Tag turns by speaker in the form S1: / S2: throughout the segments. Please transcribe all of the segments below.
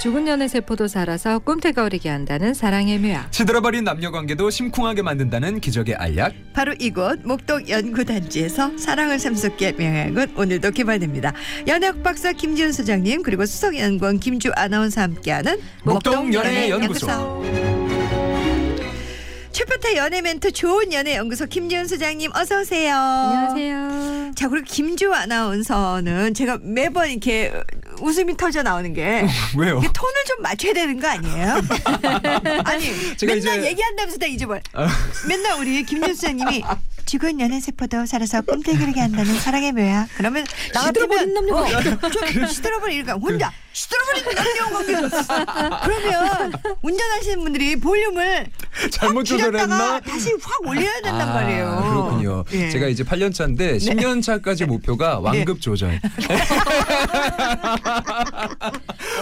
S1: 죽은 년의 세포도 살아서 꿈틀거리게 한다는 사랑의 묘약.
S2: 시들어버린 남녀 관계도 심쿵하게 만든다는 기적의 알약.
S3: 바로 이곳 목동 연구단지에서 사랑을 삼속기의 명약은 오늘도 개발됩니다. 연학 박사 김지훈 소장님 그리고 수석 연구원 김주 아나운서 함께하는
S2: 목동 연애 연구소.
S3: 최파타 연애 멘토 좋은 연애 연구소 김지훈 소장님 어서 오세요.
S1: 안녕하세요.
S3: 자 그리고 김주 아나운서는 제가 매번 이렇게 웃음이 터져 나오는 게
S2: 왜요?
S3: 이게 톤을 좀 맞춰야 되는 거 아니에요? 아니
S2: 제가
S3: 맨날
S2: 이제-
S3: 얘기한다면서 다 잊어버려.
S2: 아,
S3: 맨날 우리 김준수장님이 죽은 연애 세포도 살아서 꿈틀거리게 한다는 사랑의 묘야. 그러면 나
S1: 시들어버린
S3: 같으면-
S1: 남녀가
S3: 어, 좀 시들어버린 그러니까 혼자 시들어버린 남녀가 그러면 운전하시는 분들이 볼륨을
S2: 잘못
S3: 확 줄였다가
S2: 조절했나?
S3: 아, 다시 확 올려야 된단
S2: 아,
S3: 말이에요.
S2: 그렇군요.
S3: 예. 네.
S2: 제가 이제 8년 차인데 10년 차까지 목표가 완급 조절.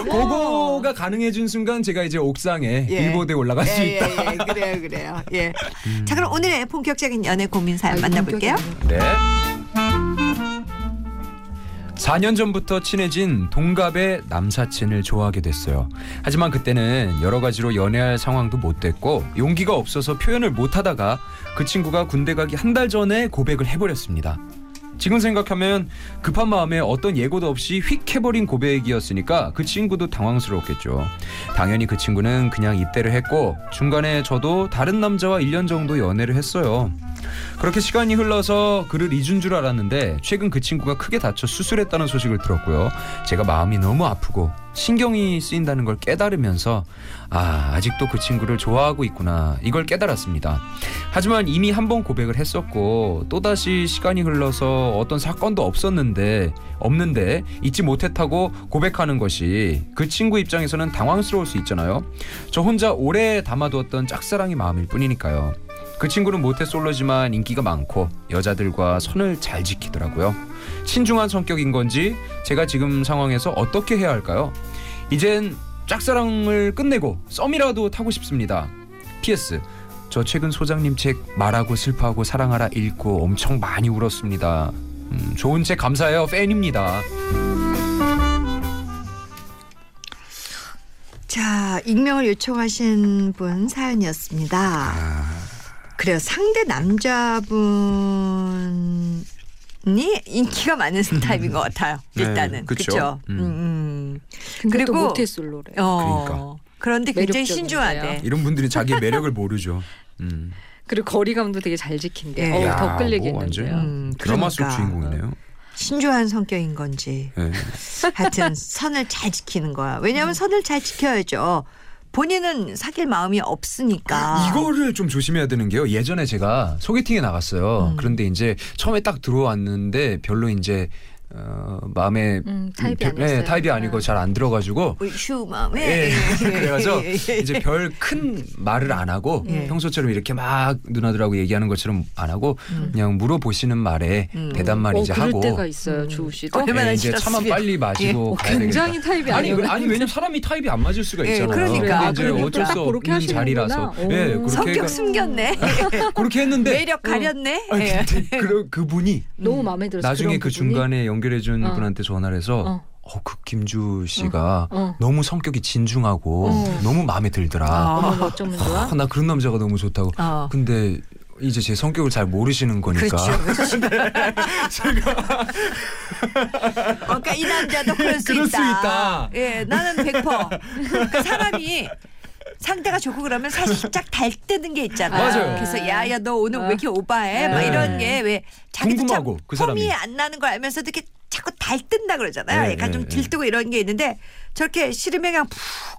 S2: 그거가 가능해진 순간 제가 이제 옥상에
S3: 예.
S2: 일보대 올라갈 수
S3: 예,
S2: 있다. 음.
S3: 예, 예. 그래요, 그래요. 예. 자, 그럼 오늘의 본격적인 연애 고민
S1: 아,
S3: 사연 만나볼게요.
S2: 네. 4년 전부터 친해진 동갑의 남사친을 좋아하게 됐어요. 하지만 그때는 여러 가지로 연애할 상황도 못 됐고 용기가 없어서 표현을 못 하다가 그 친구가 군대 가기 한 달 전에 고백을 해버렸습니다. 지금 생각하면 급한 마음에 어떤 예고도 없이 휙 해버린 고백이었으니까 그 친구도 당황스러웠겠죠. 당연히 그 친구는 그냥 입대를 했고 중간에 저도 다른 남자와 1년 정도 연애를 했어요. 그렇게 시간이 흘러서 그를 잊은 줄 알았는데 최근 그 친구가 크게 다쳐 수술했다는 소식을 들었고요. 제가 마음이 너무 아프고 신경이 쓰인다는 걸 깨달으면서 아, 아직도 그 친구를 좋아하고 있구나. 이걸 깨달았습니다. 하지만 이미 한 번 고백을 했었고 또다시 시간이 흘러서 어떤 사건도 없었는데 없는데 잊지 못했다고 고백하는 것이 그 친구 입장에서는 당황스러울 수 있잖아요. 저 혼자 오래 담아두었던 짝사랑의 마음일 뿐이니까요. 그 친구는 모태솔로지만 인기가 많고 여자들과 선을 잘 지키더라고요. 신중한 성격인 건지 제가 지금 상황에서 어떻게 해야 할까요? 이젠 짝사랑을 끝내고 썸이라도 타고 싶습니다. PS 저 최근 소장님 책 말하고 슬퍼하고 사랑하라 읽고 엄청 많이 울었습니다. 음, 좋은 책 감사해요. 팬입니다.
S3: 자, 익명을 요청하신 분 사연이었습니다.
S2: 아.
S3: 그래요. 상대 남자분이 인기가 많은 타입인 것 같아요.
S2: 음. 네,
S3: 일단은.
S2: 그쵸.
S3: 그렇죠.
S2: 음.
S1: 근데 또
S3: 그리고-
S1: 모태솔로래.
S3: 어.
S2: 그러니까.
S3: 그런데 굉장히
S1: 매력적인데요.
S3: 신중하대.
S2: 이런 분들이 자기의 매력을 모르죠. 음.
S1: 그리고 거리감도 되게 잘 지킨대.
S3: 네.
S1: 어우,
S3: 야,
S1: 더
S2: 뭐 완전
S1: 끌리겠는데요.
S3: 음,
S2: 드라마 속
S3: 그러니까.
S2: 주인공이네요.
S3: 신중한 성격인 건지.
S2: 네.
S3: 하여튼 선을 잘 지키는 거야. 왜냐하면 선을 잘 지켜야죠. 본인은 사귈 마음이
S1: 아.
S3: 없으니까.
S2: 이거를 좀 조심해야 되는 게요. 예전에 제가 소개팅에 나갔어요.
S3: 음.
S2: 그런데 이제 처음에 딱 들어왔는데 별로 이제 어, 마음에
S1: 음, 타입이
S2: 별-
S1: 아니었어요.
S2: 네, 타입이 아니고 잘 안 들어가지고
S3: 우리 휴뭐
S2: 예.
S3: 마음에.
S2: 그래가지고 이제 별 큰 말을 안 하고
S3: 예.
S2: 평소처럼 이렇게 막 누나들하고 얘기하는 것처럼 안 하고
S3: 음.
S2: 그냥 물어보시는 말에
S3: 음.
S2: 대답만
S1: 어,
S2: 이제
S1: 그럴
S2: 하고
S1: 때가 있어요, 주우 씨도.
S3: 얼마나
S2: 예, 이제 차만
S3: 싫었으면.
S2: 빨리 마시고
S1: 어,
S2: 가야 되겠다.
S1: 굉장히 타입이
S2: 아니,
S1: 아니에요.
S2: 그- 아니 왜냐면 사람이 타입이 안 맞을 수가
S3: 예,
S2: 있잖아요.
S3: 그러니까.
S2: 근데 이제
S3: 그러니까
S2: 어쩔 수
S1: 딱 그렇게
S2: 없는 자리라서
S1: 하시는구나.
S2: 예,
S1: 오.
S2: 그렇게
S3: 성격
S2: 해가-
S3: 숨겼네.
S2: 그렇게 했는데
S3: 매력 가렸네.
S2: 아니,
S3: 예.
S2: 근데 그 그분이
S1: 너무 마음에 들었어.
S2: 나중에
S1: 그런
S2: 그
S1: 부분이.
S2: 중간에 연결해 준
S1: 어.
S2: 분한테 전화를 해서
S1: 어.
S2: 어 그 김주 씨가
S1: 어.
S2: 너무 성격이 진중하고
S1: 어. 아,
S2: 너무 마음에 들더라.
S1: 어머나 어쩌면 좋아.
S2: 아, 나 그런 남자가 너무 좋다고.
S3: 어.
S2: 근데 이제 제 성격을 잘 모르시는 거니까.
S3: 그렇죠. 그렇죠. 어, 그러니까 이 남자도 그럴 수
S2: 그럴 수
S3: 있다.
S2: 있다.
S3: 예, 나는 100%. 그러니까 사람이 상대가 좋고 그러면 사실 살짝 달뜨는 게 있잖아.
S2: 맞아요. 아.
S3: 그래서 야야 너 오늘 왜 이렇게 오바해? 막
S1: 네.
S3: 이런 게 왜 자기도 참
S2: 궁금하고, 그 사람이.
S3: 폼이 안 나는 걸 알면서도 이렇게 자꾸 달뜬다 그러잖아요.
S2: 네,
S3: 약간
S2: 네, 네.
S3: 좀 들뜨고 이런 게 있는데 저렇게 시름에 그냥 푹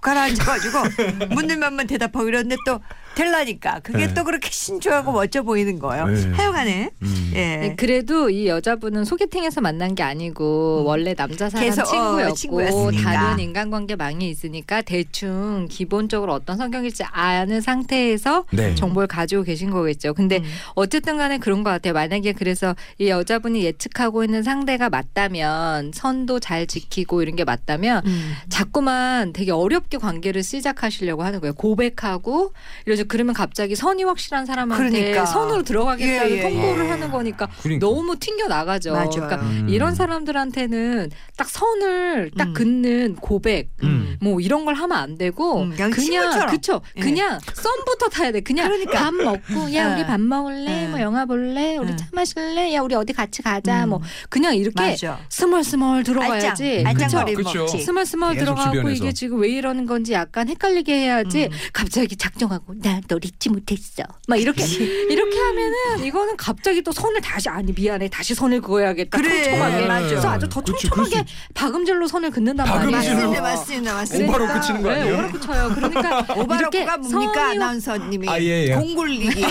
S3: 가라앉아가지고 묻는 것만 대답하고 이러는데 또 될라니까 그게
S2: 네.
S3: 또 그렇게 신중하고 멋져 보이는 거예요.
S2: 네.
S3: 하여간에
S2: 음.
S3: 예.
S1: 네, 그래도 이 여자분은 소개팅에서 만난 게
S2: 음.
S1: 아니고 원래 남자 사람
S3: 계속, 어,
S1: 친구였고
S3: 친구였으니까.
S1: 다른 인간관계 망이 있으니까 대충 기본적으로 어떤 성격일지 아는 상태에서
S2: 네.
S1: 정보를 가지고 계신 거겠죠. 근데 어쨌든 간에 그런 것 같아요. 만약에 그래서 이 여자분이 예측하고 있는 상대가 맞다면 선도 잘 지키고 이런 게 맞다면
S3: 음.
S1: 자꾸만 되게 어렵게 관계를 시작하시려고 하는 거예요. 고백하고 이러지 그래서 그러면 갑자기 선이 확실한 사람한테
S3: 그러니까.
S1: 선으로 들어가겠다는
S3: 예, 예,
S1: 통보를
S2: 예.
S1: 하는 거니까
S2: 그러니까.
S1: 너무 튕겨 나가죠.
S3: 맞아요.
S1: 그러니까
S2: 음.
S1: 이런 사람들한테는 딱 선을 딱
S3: 음.
S1: 긋는 고백
S2: 음.
S1: 뭐 이런 걸 하면 안 되고
S3: 음, 그냥
S1: 그냥,
S3: 친구처럼.
S1: 그쵸
S3: 예.
S1: 그냥 썸부터 타야 돼 그냥
S3: 그러니까.
S1: 밥 먹고 야
S3: 예.
S1: 우리 밥 먹을래
S3: 예.
S1: 뭐 영화 볼래 우리
S3: 예.
S1: 차 마실래 야 우리 어디 같이 가자
S3: 음.
S1: 뭐 그냥 이렇게
S3: 맞아.
S1: 스멀스멀 들어가야지
S3: 알짱,
S1: 그쵸?
S3: 알짱거리
S2: 그쵸.
S3: 먹지.
S1: 스멀스멀
S2: 계속
S1: 들어가고
S2: 주변에서.
S1: 이게 지금 왜 이러는 건지 약간 헷갈리게 해야지
S3: 음.
S1: 갑자기 작정하고 나 너 잊지 못했어 막 이렇게 이렇게 하면은 이거는 갑자기 또 선을 다시 아니 미안해 다시 선을 그어야겠다
S3: 그래,
S1: 촘촘하게
S3: 맞아.
S1: 그래서 아주 더
S2: 그치, 그럴 수
S1: 촘촘하게 박음질로 선을 긋는단
S2: 박음질로?
S1: 말이에요.
S3: 네, 맞습니다, 맞습니다, 맞습니다.
S2: 오바로 끝이는 거
S1: 네,
S2: 아니에요?
S1: 오바로 쳐요. 그러니까 이렇게
S3: 오바로가 뭡니까
S1: 성의 없-
S3: 아나운서님이
S2: 아, 예, 예.
S3: 공굴리기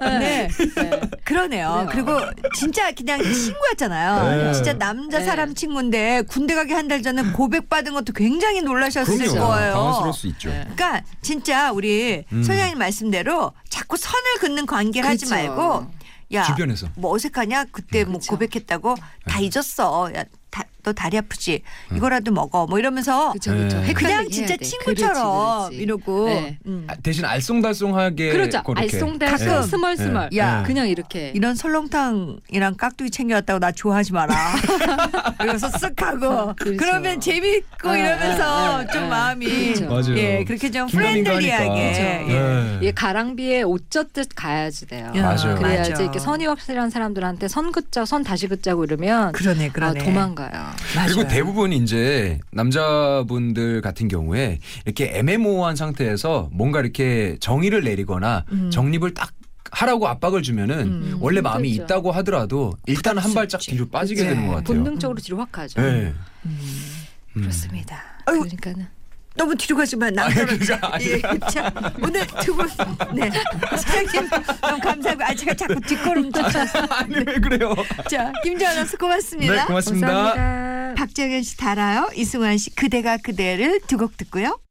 S1: 네. 네.
S3: 그러네요. 네. 그리고 진짜 그냥 친구였잖아요.
S2: 네.
S3: 진짜 남자
S1: 네.
S3: 사람 친구인데 군대 가기 한 달 전에 고백 받은 것도 굉장히 놀라셨을
S2: 그럼요.
S3: 거예요.
S2: 당황스러울 수 있죠.
S1: 네.
S3: 그러니까 진짜 우리
S2: 음.
S3: 소장님 말씀대로 자꾸 선을 긋는 관계를 하지
S1: 그쵸.
S3: 말고 야
S2: 아. 주변에서. 네.
S3: 뭐 어색하냐 그때 뭐
S1: 그쵸.
S3: 고백했다고 다 잊었어. 야, 다, 너 다리 아프지?
S2: 음.
S3: 이거라도 먹어. 뭐 이러면서
S1: 그쵸, 그쵸.
S2: 네.
S1: 헷갈리게
S3: 그냥
S1: 해야
S3: 진짜
S1: 돼.
S3: 친구처럼
S1: 그렇지, 그렇지.
S3: 이러고
S1: 네.
S3: 음.
S2: 아, 대신 알쏭달쏭하게
S1: 그렇죠.
S2: 예, 그렇게.
S1: 알쏭달쏭
S3: 가끔.
S1: 스멀스멀.
S3: 네. 야.
S1: 그냥 이렇게.
S3: 이런 설렁탕이랑 깍두기 챙겨왔다고 나 좋아하지 마라. 이러면서 쓱 하고
S1: 그렇죠.
S3: 그러면 재밌고
S1: 아,
S3: 이러면서
S1: 아, 아,
S3: 좀
S1: 아.
S3: 마음이
S1: 그렇죠.
S2: 맞아요.
S3: 예 그렇게 좀
S2: 긴가민가 하니까.
S3: 프렌들리하게
S1: 그렇죠.
S3: 예.
S2: 네.
S1: 얘 가랑비에 옷 젖듯 가야지 돼요.
S3: 야,
S2: 맞아요.
S1: 그래야지
S3: 맞아.
S1: 이렇게 선이 확실한 사람들한테 선 긋자, 선 다시 긋자고 이러면
S3: 그러네
S1: 아,
S3: 그러네. 음.
S1: 도망가요.
S3: 맞아요.
S2: 그리고 대부분 이제 남자분들 같은 경우에 이렇게 애매모호한 상태에서 뭔가 이렇게 정의를 내리거나
S1: 음.
S2: 정립을 딱 하라고 압박을 주면은 원래 마음이
S1: 힘들죠.
S2: 있다고 하더라도 일단 한 발짝 뒤로 빠지게
S1: 그치.
S2: 되는 것 같아요.
S1: 본능적으로 뒤로 확 가죠.
S2: 네.
S1: 음.
S2: 음.
S1: 그렇습니다.
S3: 아유.
S1: 그러니까는
S3: 너무 뒤로 가지만 남자로. 예, 자, 오늘 두 분, 네. 사장님, 너무 감사하고, 아, 제가 자꾸 뒷걸음 쳐서.
S2: 아니 왜 그래요?
S3: 자, 김지아나 씨 고맙습니다.
S2: 네 고맙습니다.
S1: 감사합니다.
S3: 박정현 씨 달아요. 이승환 씨 그대가 그대를 두 곡 듣고요.